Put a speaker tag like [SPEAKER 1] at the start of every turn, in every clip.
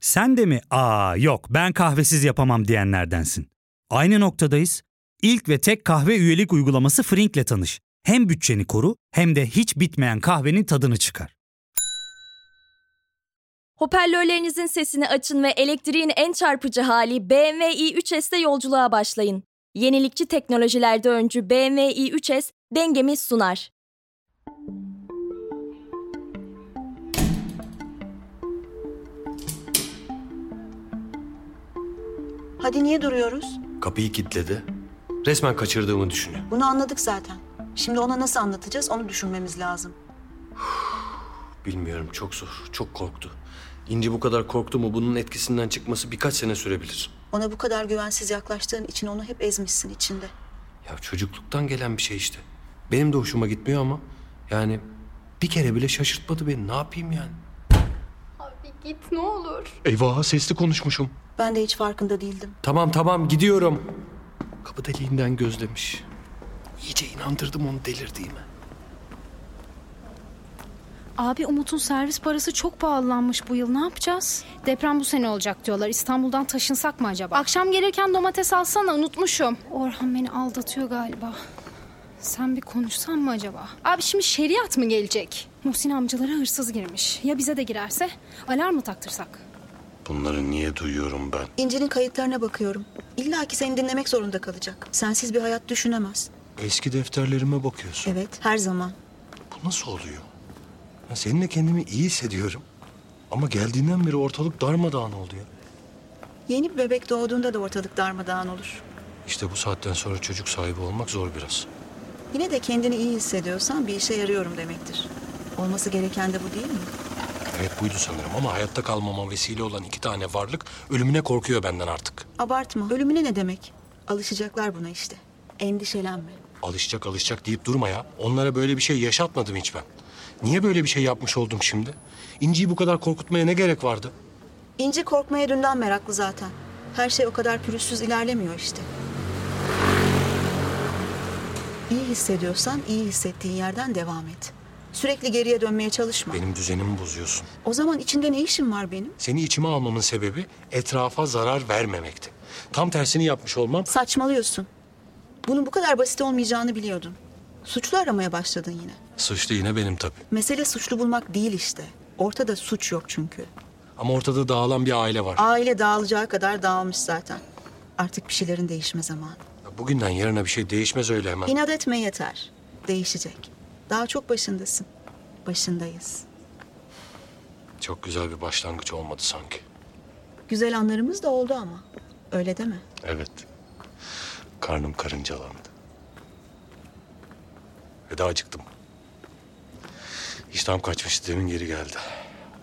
[SPEAKER 1] Sen de mi aa yok ben kahvesiz yapamam diyenlerdensin. Aynı noktadayız. İlk ve tek kahve üyelik uygulaması Frink'le tanış. Hem bütçeni koru hem de hiç bitmeyen kahvenin tadını çıkar.
[SPEAKER 2] Hoparlörlerinizin sesini açın ve elektriğin en çarpıcı hali BMW i3S'te yolculuğa başlayın. Yenilikçi teknolojilerde öncü BMW i3S dengemi sunar.
[SPEAKER 3] Hadi niye duruyoruz?
[SPEAKER 4] Kapıyı kilitledi. Resmen kaçırdığımı düşünüyor.
[SPEAKER 3] Bunu anladık zaten. Şimdi ona nasıl anlatacağız onu düşünmemiz lazım.
[SPEAKER 4] Bilmiyorum çok zor, çok korktu. İnci bu kadar korktu mu bunun etkisinden çıkması birkaç sene sürebilir.
[SPEAKER 3] Ona bu kadar güvensiz yaklaştığın için onu hep ezmişsin içinde.
[SPEAKER 4] Ya çocukluktan gelen bir şey işte. Benim de hoşuma gitmiyor ama yani bir kere bile şaşırtmadı beni. Ne yapayım yani?
[SPEAKER 5] Abi git ne olur.
[SPEAKER 4] Eyvah sesli konuşmuşum.
[SPEAKER 3] Ben de hiç farkında değildim.
[SPEAKER 4] Tamam tamam gidiyorum. Kapı deliğinden gözlemiş. İyice inandırdım onu delirdiğime.
[SPEAKER 6] Abi Umut'un servis parası çok pahalanmış bu yıl. Ne yapacağız? Deprem bu sene olacak diyorlar. İstanbul'dan taşınsak mı acaba? Akşam gelirken domates alsana unutmuşum. Orhan beni aldatıyor galiba. Sen bir konuşsan mı acaba? Abi şimdi şeriat mı gelecek? Muhsin amcalara hırsız girmiş. Ya bize de girerse? Alarm mı taktırsak?
[SPEAKER 7] Bunları niye duyuyorum ben?
[SPEAKER 3] İnci'nin kayıtlarına bakıyorum. İlla ki seni dinlemek zorunda kalacak. Sensiz bir hayat düşünemez.
[SPEAKER 4] Eski defterlerime bakıyorsun.
[SPEAKER 3] Evet, her zaman.
[SPEAKER 7] Bu nasıl oluyor? Ya seninle kendimi iyi hissediyorum. Ama geldiğinden beri ortalık darmadağın oldu ya.
[SPEAKER 3] Yeni bir bebek doğduğunda da ortalık darmadağın olur.
[SPEAKER 4] İşte bu saatten sonra çocuk sahibi olmak zor biraz.
[SPEAKER 3] Yine de kendini iyi hissediyorsan bir işe yarıyorum demektir. Olması gereken de bu değil mi?
[SPEAKER 4] Evet buydu sanırım ama hayatta kalmama vesile olan iki tane varlık ölümüne korkuyor benden artık.
[SPEAKER 3] Abartma. Ölümüne ne demek? Alışacaklar buna işte. Endişelenme.
[SPEAKER 4] Alışacak alışacak deyip durma ya. Onlara böyle bir şey yaşatmadım hiç ben. Niye böyle bir şey yapmış oldum şimdi? İnci'yi bu kadar korkutmaya ne gerek vardı?
[SPEAKER 3] İnci korkmaya dünden meraklı zaten. Her şey o kadar pürüzsüz ilerlemiyor işte. İyi hissediyorsan iyi hissettiğin yerden devam et. Sürekli geriye dönmeye çalışma.
[SPEAKER 4] Benim düzenimi bozuyorsun.
[SPEAKER 3] O zaman içinde ne işin var benim?
[SPEAKER 4] Seni içime almamın sebebi etrafa zarar vermemekti. Tam tersini yapmış olmam
[SPEAKER 3] Saçmalıyorsun. Bunun bu kadar basit olmayacağını biliyordun. Suçlu aramaya başladın yine.
[SPEAKER 4] suçlu yine benim tabii.
[SPEAKER 3] Mesele suçlu bulmak değil işte. Ortada suç yok çünkü.
[SPEAKER 4] Ama ortada dağılan bir aile var.
[SPEAKER 3] Aile dağılacağı kadar dağılmış zaten. Artık bir şeylerin değişme zamanı.
[SPEAKER 4] Bugünden yarına bir şey değişmez öyle hemen.
[SPEAKER 3] İnat etme yeter. Değişecek. Daha çok başındasın. Başındayız.
[SPEAKER 4] Çok güzel bir başlangıç olmadı sanki.
[SPEAKER 3] Güzel anlarımız da oldu ama. Öyle deme.
[SPEAKER 4] Evet. Karnım karıncalandı. Ve daha acıktım. İştahım kaçmıştı demin geri geldi.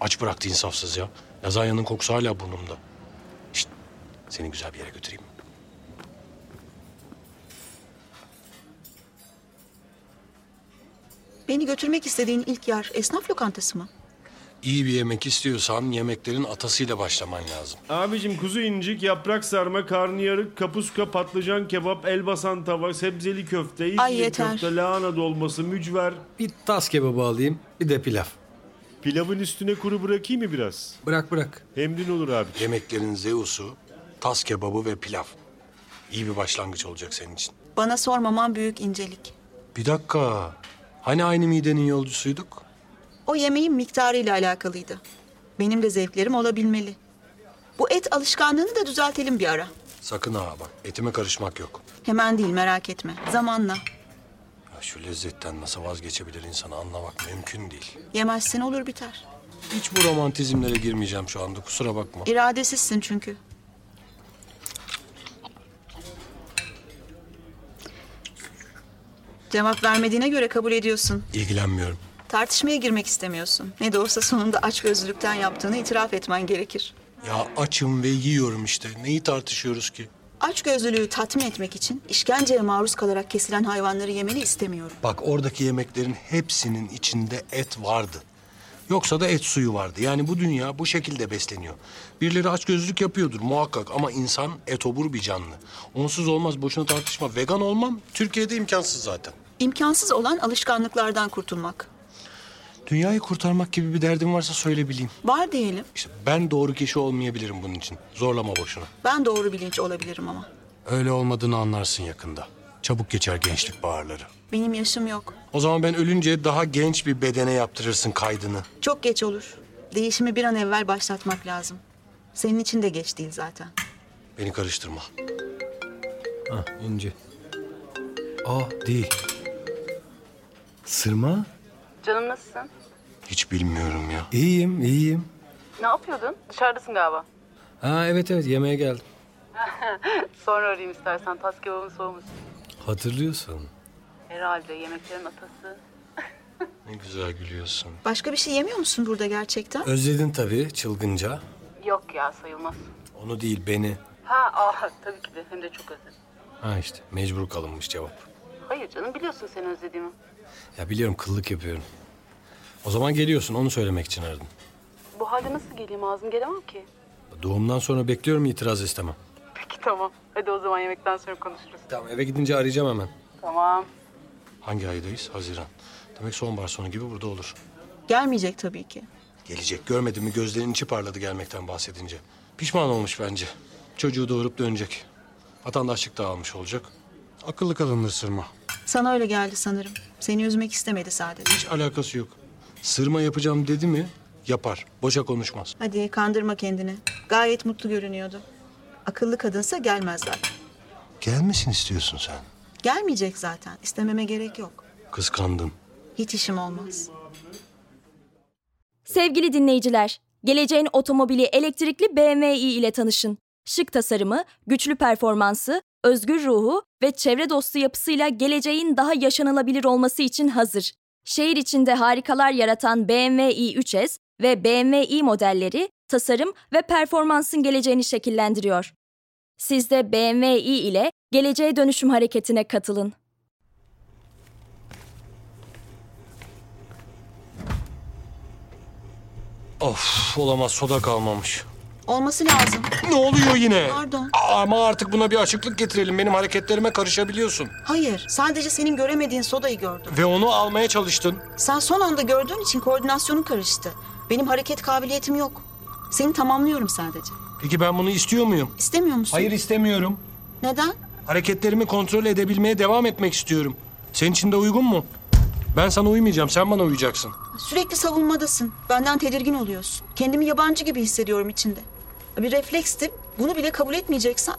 [SPEAKER 4] Aç bıraktı insafsız ya. Lazanyanın kokusu hala burnumda. Şşt, seni güzel bir yere götüreyim.
[SPEAKER 3] Beni götürmek istediğin ilk yer esnaf lokantası mı?
[SPEAKER 4] İyi bir yemek istiyorsan yemeklerin atasıyla başlaman lazım.
[SPEAKER 8] Abicim kuzu incik, yaprak sarma, karnıyarık, kapuska, patlıcan kebap, elbasan tava, sebzeli köfte, İzmir
[SPEAKER 3] Ay yeter.
[SPEAKER 8] köfte, lahana dolması, mücver.
[SPEAKER 9] Bir tas kebabı alayım, bir de pilav.
[SPEAKER 8] Pilavın üstüne kuru bırakayım mı biraz?
[SPEAKER 9] Bırak bırak.
[SPEAKER 8] Emrin olur abi.
[SPEAKER 4] Yemeklerin Zeus'u, tas kebabı ve pilav. İyi bir başlangıç olacak senin için.
[SPEAKER 3] Bana sormaman büyük incelik.
[SPEAKER 4] Bir dakika. Hani aynı midenin yolcusuyduk?
[SPEAKER 3] O yemeğin miktarıyla alakalıydı. Benim de zevklerim olabilmeli. Bu et alışkanlığını da düzeltelim bir ara.
[SPEAKER 4] Sakın ha bak etime karışmak yok.
[SPEAKER 3] Hemen değil merak etme. Zamanla.
[SPEAKER 4] Ya şu lezzetten nasıl vazgeçebilir insanı anlamak mümkün değil.
[SPEAKER 3] Yemezsin olur biter.
[SPEAKER 4] Hiç bu romantizmlere girmeyeceğim şu anda kusura bakma.
[SPEAKER 3] İradesizsin çünkü. Cevap vermediğine göre kabul ediyorsun.
[SPEAKER 4] İlgilenmiyorum.
[SPEAKER 3] Tartışmaya girmek istemiyorsun. Ne de olsa sonunda açgözlülükten yaptığını itiraf etmen gerekir.
[SPEAKER 4] Ya açım ve yiyorum işte. Neyi tartışıyoruz ki?
[SPEAKER 3] Açgözlülüğü tatmin etmek için işkenceye maruz kalarak kesilen hayvanları yemeni istemiyorum.
[SPEAKER 4] Bak oradaki yemeklerin hepsinin içinde et vardı. Yoksa da et suyu vardı. Yani bu dünya bu şekilde besleniyor. Birileri açgözlülük yapıyordur muhakkak ama insan etobur bir canlı. Onsuz olmaz boşuna tartışma. Vegan olmam Türkiye'de imkansız zaten.
[SPEAKER 3] İmkansız olan alışkanlıklardan kurtulmak.
[SPEAKER 10] Dünyayı kurtarmak gibi bir derdin varsa söyle bileyim.
[SPEAKER 3] Var diyelim.
[SPEAKER 10] İşte ben doğru kişi olmayabilirim bunun için. Zorlama boşuna.
[SPEAKER 3] Ben doğru bilinç olabilirim ama.
[SPEAKER 10] Öyle olmadığını anlarsın yakında. Çabuk geçer gençlik bağırları.
[SPEAKER 3] Benim yaşım yok.
[SPEAKER 10] O zaman ben ölünce daha genç bir bedene yaptırırsın kaydını.
[SPEAKER 3] Çok geç olur. Değişimi bir an evvel başlatmak lazım. Senin için de geç değil zaten.
[SPEAKER 10] Beni karıştırma.
[SPEAKER 4] Ha, ince. Aa, değil. Sırma?
[SPEAKER 11] Canım nasılsın?
[SPEAKER 10] Hiç bilmiyorum ya.
[SPEAKER 4] İyiyim, iyiyim.
[SPEAKER 11] Ne yapıyordun? Dışarıdasın galiba.
[SPEAKER 4] Ha evet evet yemeğe geldim.
[SPEAKER 11] Sonra arayayım istersen. Tas kebabın soğumuş.
[SPEAKER 4] Hatırlıyorsun.
[SPEAKER 11] Herhalde yemeklerin atası.
[SPEAKER 10] Ne güzel gülüyorsun.
[SPEAKER 3] Başka bir şey yemiyor musun burada gerçekten?
[SPEAKER 4] Özledin tabii çılgınca.
[SPEAKER 11] Yok ya sayılmaz.
[SPEAKER 4] Onu değil beni.
[SPEAKER 11] Ha ah tabii ki de. Hem de çok özledim.
[SPEAKER 4] Ha işte mecbur kalınmış cevap.
[SPEAKER 11] Hayır canım biliyorsun seni özlediğimi.
[SPEAKER 4] Ya biliyorum kıllık yapıyorum. O zaman geliyorsun onu söylemek için aradım.
[SPEAKER 11] Bu halde nasıl geleyim ağzım gelemem ki.
[SPEAKER 4] Doğumdan sonra bekliyorum itiraz istemem.
[SPEAKER 11] Peki tamam. Hadi o zaman yemekten sonra konuşuruz.
[SPEAKER 4] Tamam eve gidince arayacağım hemen.
[SPEAKER 11] Tamam.
[SPEAKER 10] Hangi aydayız? Haziran. Demek sonbahar sonu gibi burada olur.
[SPEAKER 3] Gelmeyecek tabii ki.
[SPEAKER 10] Gelecek. Görmedin mi? Gözlerinin içi parladı gelmekten bahsedince. Pişman olmuş bence. Çocuğu doğurup dönecek. Vatandaşlık da almış olacak. Akıllı kalınır sırma.
[SPEAKER 3] Sana öyle geldi sanırım. Seni üzmek istemedi sadece.
[SPEAKER 10] Hiç alakası yok. Sırma yapacağım dedi mi yapar. Boşa konuşmaz.
[SPEAKER 3] Hadi kandırma kendini. Gayet mutlu görünüyordu. Akıllı kadınsa gelmez zaten.
[SPEAKER 10] Gelmesin istiyorsun sen.
[SPEAKER 3] Gelmeyecek zaten. İstememe gerek yok.
[SPEAKER 10] Kıskandım.
[SPEAKER 3] Hiç işim olmaz.
[SPEAKER 2] Sevgili dinleyiciler, geleceğin otomobili elektrikli BMW i ile tanışın. Şık tasarımı, güçlü performansı, özgür ruhu ve çevre dostu yapısıyla geleceğin daha yaşanılabilir olması için hazır. Şehir içinde harikalar yaratan BMW i3S ve BMW i modelleri tasarım ve performansın geleceğini şekillendiriyor. Siz de BMW i ile geleceğe dönüşüm hareketine katılın.
[SPEAKER 10] Of olamaz soda kalmamış.
[SPEAKER 3] Olması lazım.
[SPEAKER 10] Ne oluyor yine?
[SPEAKER 3] Pardon.
[SPEAKER 10] Ama artık buna bir açıklık getirelim. Benim hareketlerime karışabiliyorsun.
[SPEAKER 3] Hayır. Sadece senin göremediğin sodayı gördüm.
[SPEAKER 10] Ve onu almaya çalıştın.
[SPEAKER 3] Sen son anda gördüğün için koordinasyonun karıştı. Benim hareket kabiliyetim yok. Seni tamamlıyorum sadece.
[SPEAKER 10] Peki ben bunu istiyor muyum?
[SPEAKER 3] İstemiyor musun?
[SPEAKER 10] Hayır istemiyorum.
[SPEAKER 3] Neden?
[SPEAKER 10] Hareketlerimi kontrol edebilmeye devam etmek istiyorum. Senin için de uygun mu? Ben sana uymayacağım, sen bana uyacaksın.
[SPEAKER 3] Sürekli savunmadasın. Benden tedirgin oluyorsun. Kendimi yabancı gibi hissediyorum içinde. Bir reflekstir. Bunu bile kabul etmeyeceksen.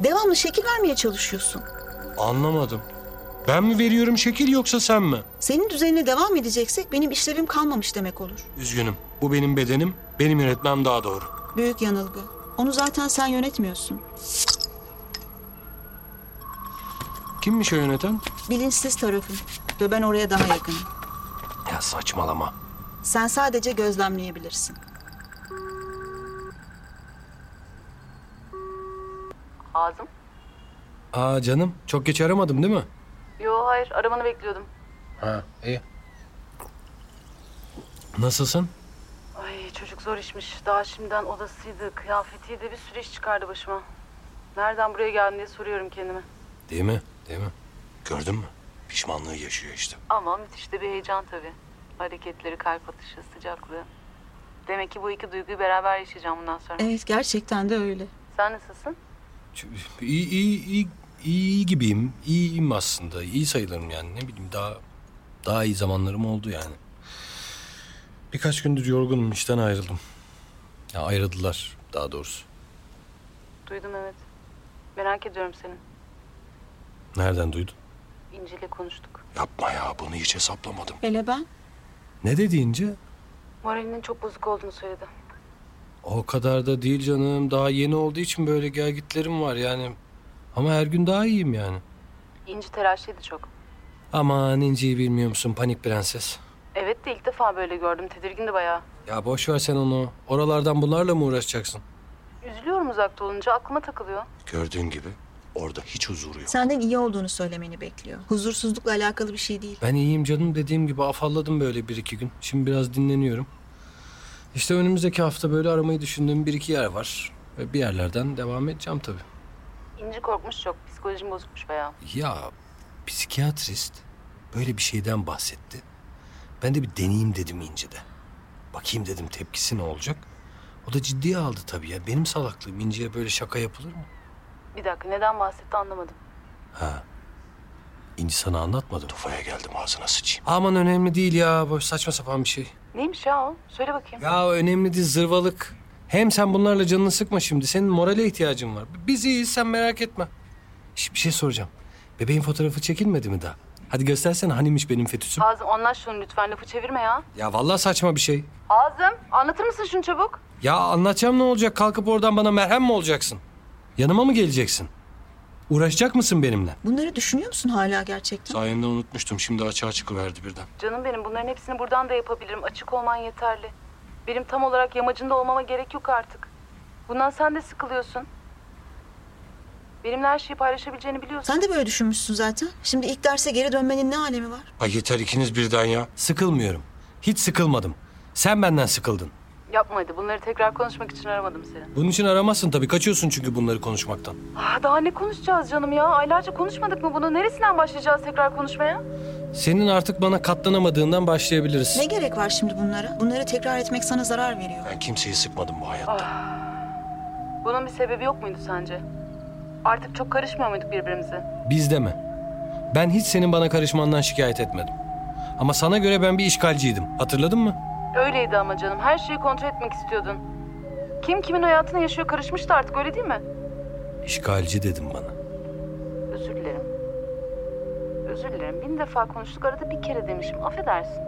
[SPEAKER 3] Devamlı şekil vermeye çalışıyorsun.
[SPEAKER 10] Anlamadım. Ben mi veriyorum şekil yoksa sen mi?
[SPEAKER 3] Senin düzenine devam edeceksek benim işlevim kalmamış demek olur.
[SPEAKER 10] Üzgünüm. Bu benim bedenim, benim yönetmem daha doğru.
[SPEAKER 3] Büyük yanılgı. Onu zaten sen yönetmiyorsun.
[SPEAKER 10] Kimmiş o yöneten?
[SPEAKER 3] Bilinçsiz tarafın. Ve ben oraya daha yakınım.
[SPEAKER 10] Ya saçmalama.
[SPEAKER 3] Sen sadece gözlemleyebilirsin.
[SPEAKER 11] Ağzım?
[SPEAKER 4] Aa canım çok geç aramadım değil mi?
[SPEAKER 11] Yo hayır aramanı bekliyordum.
[SPEAKER 4] Ha iyi. Nasılsın?
[SPEAKER 11] Ay çocuk zor işmiş. Daha şimdiden odasıydı, kıyafetiydi bir sürü iş çıkardı başıma. Nereden buraya geldin diye soruyorum kendime.
[SPEAKER 4] Değil mi? Değil mi?
[SPEAKER 10] Gördün mü? Pişmanlığı yaşıyor işte.
[SPEAKER 11] Ama müthiş de bir heyecan tabii. Hareketleri, kalp atışı, sıcaklığı. Demek ki bu iki duyguyu beraber yaşayacağım bundan sonra.
[SPEAKER 3] Evet gerçekten de öyle.
[SPEAKER 11] Sen nasılsın?
[SPEAKER 4] Ç- İyi, iyi, iyi, iyi gibiyim. İyiyim aslında. İyi sayılırım yani. Ne bileyim daha daha iyi zamanlarım oldu yani. Birkaç gündür yorgunum. işten ayrıldım. Ya ayrıldılar daha doğrusu.
[SPEAKER 11] Duydum evet. Merak ediyorum seni.
[SPEAKER 4] Nereden duydun?
[SPEAKER 11] İnci'yle konuştuk.
[SPEAKER 10] Yapma ya, bunu hiç hesaplamadım.
[SPEAKER 3] Hele ben.
[SPEAKER 4] Ne dediğince?
[SPEAKER 11] Moralinin çok bozuk olduğunu söyledi.
[SPEAKER 4] O kadar da değil canım. Daha yeni olduğu için böyle gelgitlerim var yani. Ama her gün daha iyiyim yani.
[SPEAKER 11] İnci telaşlıydı çok.
[SPEAKER 4] Aman inciyi bilmiyor musun panik prenses?
[SPEAKER 11] Evet de ilk defa böyle gördüm. Tedirgindi bayağı.
[SPEAKER 4] Ya boş ver sen onu. Oralardan bunlarla mı uğraşacaksın?
[SPEAKER 11] Üzülüyorum uzakta olunca. Aklıma takılıyor.
[SPEAKER 10] Gördüğün gibi orada hiç huzuru yok.
[SPEAKER 3] Senden iyi olduğunu söylemeni bekliyor. Huzursuzlukla alakalı bir şey değil.
[SPEAKER 4] Ben iyiyim canım dediğim gibi afalladım böyle bir iki gün. Şimdi biraz dinleniyorum. İşte önümüzdeki hafta böyle aramayı düşündüğüm bir iki yer var. Ve bir yerlerden devam edeceğim tabii.
[SPEAKER 11] İnci korkmuş çok. Psikolojim bozukmuş bayağı.
[SPEAKER 4] Ya psikiyatrist böyle bir şeyden bahsetti. Ben de bir deneyeyim dedim incede. Bakayım dedim tepkisi ne olacak. O da ciddiye aldı tabii ya. Benim salaklığım inceye böyle şaka yapılır mı?
[SPEAKER 11] Bir dakika neden bahsetti anlamadım.
[SPEAKER 4] Ha. İnci sana anlatmadım. Tufaya geldim ağzına sıçayım. Aman önemli değil ya. Boş saçma sapan bir şey.
[SPEAKER 11] Neymiş ya o? Söyle bakayım.
[SPEAKER 4] Ya önemli değil zırvalık. Hem sen bunlarla canını sıkma şimdi. Senin morale ihtiyacın var. Biz iyiyiz sen merak etme. Şimdi bir şey soracağım. Bebeğin fotoğrafı çekilmedi mi daha? Hadi göstersene hanimiş benim fetüsüm.
[SPEAKER 11] Azım anlaş şunu lütfen lafı çevirme ya.
[SPEAKER 4] Ya vallahi saçma bir şey.
[SPEAKER 11] Azım anlatır mısın şunu çabuk?
[SPEAKER 4] Ya anlatacağım ne olacak? Kalkıp oradan bana merhem mi olacaksın? Yanıma mı geleceksin? Uğraşacak mısın benimle?
[SPEAKER 3] Bunları düşünüyor musun hala gerçekten?
[SPEAKER 4] Sayende unutmuştum. Şimdi açığa çıkıverdi birden.
[SPEAKER 11] Canım benim bunların hepsini buradan da yapabilirim. Açık olman yeterli. Benim tam olarak yamacında olmama gerek yok artık. Bundan sen de sıkılıyorsun. Benimle her şeyi paylaşabileceğini biliyorsun.
[SPEAKER 3] Sen de böyle düşünmüşsün zaten. Şimdi ilk derse geri dönmenin ne alemi var?
[SPEAKER 4] Ay yeter ikiniz birden ya. Sıkılmıyorum. Hiç sıkılmadım. Sen benden sıkıldın.
[SPEAKER 11] Yapma hadi bunları tekrar konuşmak için aramadım seni.
[SPEAKER 4] Bunun için aramazsın tabii. Kaçıyorsun çünkü bunları konuşmaktan.
[SPEAKER 11] Ah, daha ne konuşacağız canım ya? Aylarca konuşmadık mı bunu? Neresinden başlayacağız tekrar konuşmaya?
[SPEAKER 4] Senin artık bana katlanamadığından başlayabiliriz.
[SPEAKER 3] Ne gerek var şimdi bunlara? Bunları tekrar etmek sana zarar veriyor.
[SPEAKER 4] Ben kimseyi sıkmadım bu hayatta.
[SPEAKER 11] Bunun bir sebebi yok muydu sence? Artık çok karışmıyor muyduk birbirimize?
[SPEAKER 4] Biz deme. Ben hiç senin bana karışmandan şikayet etmedim. Ama sana göre ben bir işgalciydim. Hatırladın mı?
[SPEAKER 11] Öyleydi ama canım. Her şeyi kontrol etmek istiyordun. Kim kimin hayatını yaşıyor karışmıştı artık öyle değil mi?
[SPEAKER 4] İşgalci dedim bana.
[SPEAKER 11] Özür dilerim. Özür dilerim. Bin defa konuştuk arada bir kere demişim. Affedersin.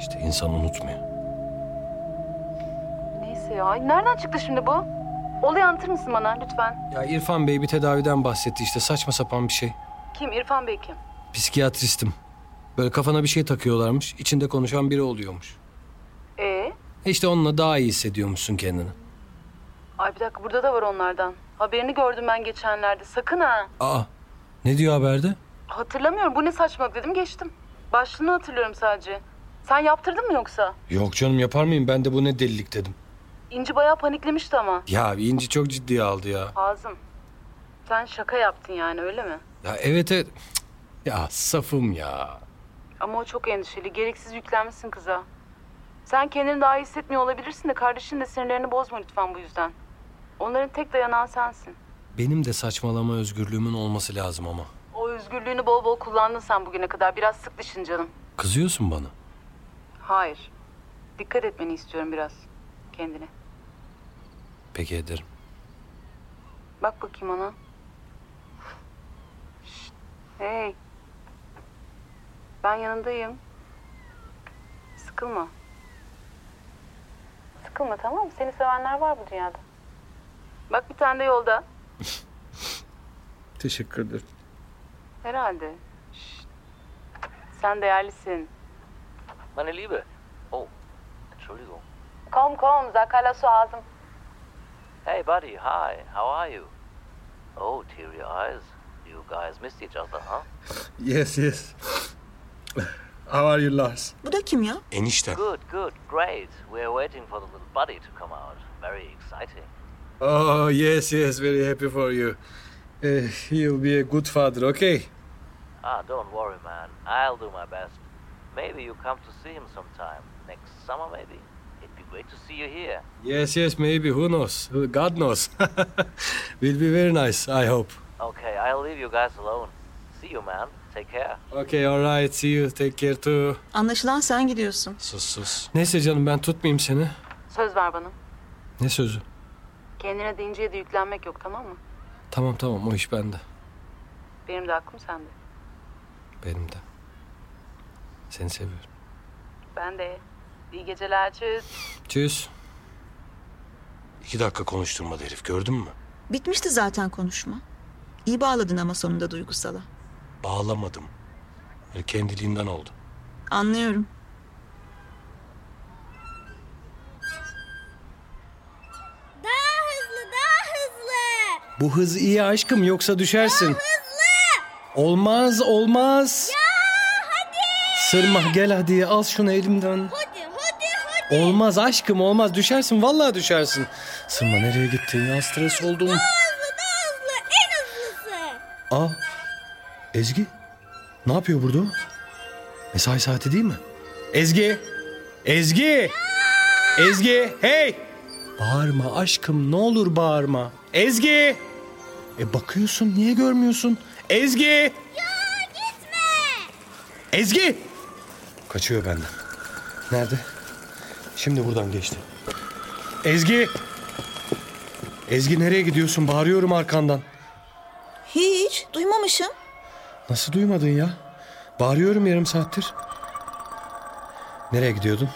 [SPEAKER 4] İşte insan unutmuyor.
[SPEAKER 11] Neyse ya. Ay, Nereden çıktı şimdi bu? Olayı anlatır mısın bana lütfen?
[SPEAKER 4] Ya İrfan Bey bir tedaviden bahsetti işte saçma sapan bir şey.
[SPEAKER 11] Kim? İrfan Bey kim?
[SPEAKER 4] Psikiyatristim. Böyle kafana bir şey takıyorlarmış. içinde konuşan biri oluyormuş.
[SPEAKER 11] Ee?
[SPEAKER 4] E İşte onunla daha iyi hissediyormuşsun kendini.
[SPEAKER 11] Ay bir dakika burada da var onlardan. Haberini gördüm ben geçenlerde. Sakın ha.
[SPEAKER 4] Aa ne diyor haberde?
[SPEAKER 11] Hatırlamıyorum. Bu ne saçmalık dedim geçtim. Başlığını hatırlıyorum sadece. Sen yaptırdın mı yoksa?
[SPEAKER 4] Yok canım yapar mıyım ben de bu ne delilik dedim.
[SPEAKER 11] İnci bayağı paniklemişti ama.
[SPEAKER 4] Ya İnci çok ciddiye aldı ya.
[SPEAKER 11] Azım. Sen şaka yaptın yani öyle mi?
[SPEAKER 4] Ya evet evet. Cık, Ya safım ya.
[SPEAKER 11] Ama o çok endişeli. Gereksiz yüklenmişsin kıza. Sen kendini daha iyi hissetmiyor olabilirsin de kardeşin de sinirlerini bozma lütfen bu yüzden. Onların tek dayanağı sensin.
[SPEAKER 4] Benim de saçmalama özgürlüğümün olması lazım ama.
[SPEAKER 11] O özgürlüğünü bol bol kullandın sen bugüne kadar. Biraz sık dişin canım.
[SPEAKER 4] Kızıyorsun bana.
[SPEAKER 11] Hayır. Dikkat etmeni istiyorum biraz. Kendine.
[SPEAKER 4] Peki ederim.
[SPEAKER 11] Bak bakayım ona. Şşt, Hey. Ben yanındayım. Sıkılma. Sıkılma tamam mı? Seni sevenler var bu dünyada. Bak bir tane de yolda.
[SPEAKER 4] Teşekkür ederim.
[SPEAKER 11] Herhalde. Şşt. Sen değerlisin.
[SPEAKER 12] Meine Liebe. Oh, Entschuldigung.
[SPEAKER 11] Kom kom zakala su ağzım.
[SPEAKER 12] Hey, buddy. Hi. How are you? Oh, teary eyes. You guys missed each other, huh?
[SPEAKER 9] Yes, yes. How are you Lars?
[SPEAKER 3] Bu da kim ya?
[SPEAKER 4] Enişte.
[SPEAKER 12] Good, good, great. We're waiting for the little buddy to come out. Very exciting.
[SPEAKER 9] Oh, yes, yes. Very happy for you. Eh, he'll be a good father, okay?
[SPEAKER 12] Ah, don't worry, man. I'll do my best. Maybe you come to see him sometime. Next summer, maybe. It'd be great to see you here.
[SPEAKER 9] Yes, yes, maybe. Who knows? Who- God knows. Will be very nice, I hope.
[SPEAKER 12] Okay, I'll leave you guys alone. See you, man. Take care.
[SPEAKER 9] Okay, all right. See you. Take care too.
[SPEAKER 3] Anlaşılan sen gidiyorsun.
[SPEAKER 4] Sus sus.
[SPEAKER 9] Neyse canım ben tutmayayım seni.
[SPEAKER 11] Söz ver bana.
[SPEAKER 4] Ne sözü?
[SPEAKER 11] Kendine deyinceye de yüklenmek yok tamam mı?
[SPEAKER 4] Tamam tamam o iş bende.
[SPEAKER 11] Benim de aklım sende.
[SPEAKER 4] Benim de. Seni seviyorum.
[SPEAKER 11] Ben de. İyi geceler çöz.
[SPEAKER 4] Tschüss. İki dakika konuşturmadı herif gördün mü?
[SPEAKER 3] Bitmişti zaten konuşma. İyi bağladın ama sonunda duygusala.
[SPEAKER 4] Bağlamadım. Yani kendiliğinden oldu.
[SPEAKER 3] Anlıyorum.
[SPEAKER 13] Daha hızlı, daha hızlı.
[SPEAKER 9] Bu hız iyi aşkım yoksa düşersin. Olmaz olmaz.
[SPEAKER 13] Ya hadi.
[SPEAKER 9] Sırma gel hadi al şunu elimden.
[SPEAKER 13] Hadi, hadi, hadi.
[SPEAKER 9] Olmaz aşkım olmaz düşersin vallahi düşersin. Sırma nereye gittin ya stres oldum.
[SPEAKER 13] Daha hızlı, daha hızlı. En hızlısı.
[SPEAKER 9] Aa Ezgi ne yapıyor burada? o? Mesai saati değil mi?
[SPEAKER 4] Ezgi. Ezgi. Ezgi. Hey. Bağırma aşkım ne olur bağırma. Ezgi. E bakıyorsun niye görmüyorsun? Ezgi. Ya gitme. Ezgi. Kaçıyor benden. Nerede? Şimdi buradan geçti. Ezgi. Ezgi nereye gidiyorsun? Bağırıyorum arkandan.
[SPEAKER 3] Hiç duymamışım.
[SPEAKER 4] Nasıl duymadın ya? Bağırıyorum yarım saattir. Nereye gidiyordun?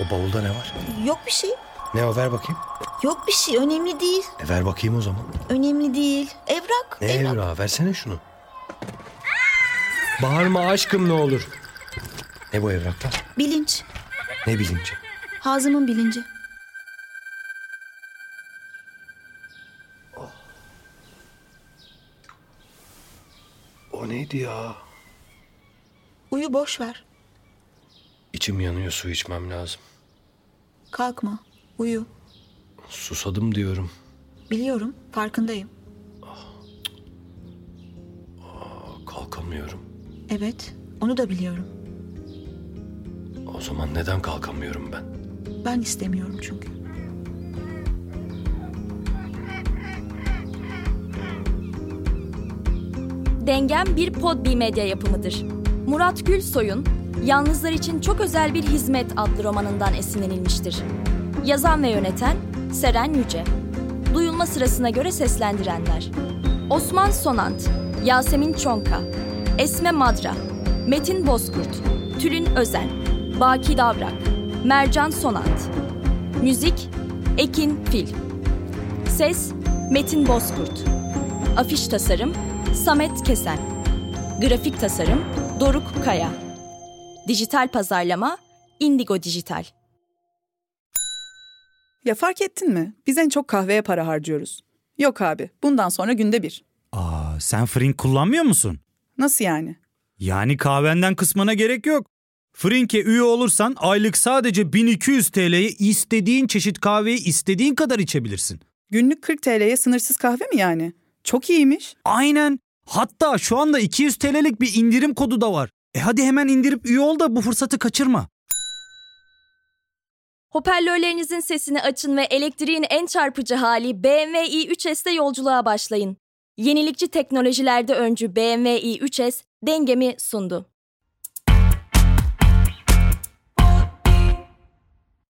[SPEAKER 4] O bavulda ne var?
[SPEAKER 3] Yok bir şey.
[SPEAKER 4] Ne o ver bakayım.
[SPEAKER 3] Yok bir şey. Önemli değil.
[SPEAKER 4] E ver bakayım o zaman.
[SPEAKER 3] Önemli değil. Evrak.
[SPEAKER 4] Ne evrağı versene şunu. Bağırma aşkım ne olur. Ne bu evraklar?
[SPEAKER 3] Bilinç.
[SPEAKER 4] Ne bilinci?
[SPEAKER 3] Hazımın bilinci.
[SPEAKER 4] O neydi ya?
[SPEAKER 3] Uyu boş ver.
[SPEAKER 4] İçim yanıyor su içmem lazım.
[SPEAKER 3] Kalkma. Uyu.
[SPEAKER 4] Susadım diyorum.
[SPEAKER 3] Biliyorum. Farkındayım.
[SPEAKER 4] Kalkamıyorum.
[SPEAKER 3] Evet. Onu da biliyorum.
[SPEAKER 4] O zaman neden kalkamıyorum ben?
[SPEAKER 3] Ben istemiyorum çünkü.
[SPEAKER 2] Dengem bir Podbi medya yapımıdır. Murat Gülsoy'un Yalnızlar için çok özel bir hizmet adlı romanından esinlenilmiştir. Yazan ve yöneten Seren Yüce. Duyulma sırasına göre seslendirenler. Osman Sonant, Yasemin Çonka, Esme Madra, Metin Bozkurt, Tülin Özen, Baki Davrak, Mercan Sonant. Müzik Ekin Fil. Ses Metin Bozkurt. Afiş tasarım Samet Kesen. Grafik tasarım Doruk Kaya. Dijital pazarlama Indigo Dijital.
[SPEAKER 14] Ya fark ettin mi? Biz en çok kahveye para harcıyoruz. Yok abi, bundan sonra günde bir.
[SPEAKER 1] Aa, sen Frink kullanmıyor musun?
[SPEAKER 14] Nasıl yani?
[SPEAKER 1] Yani kahvenden kısmına gerek yok. Frink'e üye olursan aylık sadece 1200 TL'ye istediğin çeşit kahveyi istediğin kadar içebilirsin.
[SPEAKER 14] Günlük 40 TL'ye sınırsız kahve mi yani? Çok iyiymiş.
[SPEAKER 1] Aynen. Hatta şu anda 200 TL'lik bir indirim kodu da var. E hadi hemen indirip üye ol da bu fırsatı kaçırma.
[SPEAKER 2] Hoparlörlerinizin sesini açın ve elektriğin en çarpıcı hali BMW i3S'te yolculuğa başlayın. Yenilikçi teknolojilerde öncü BMW i3S dengemi sundu.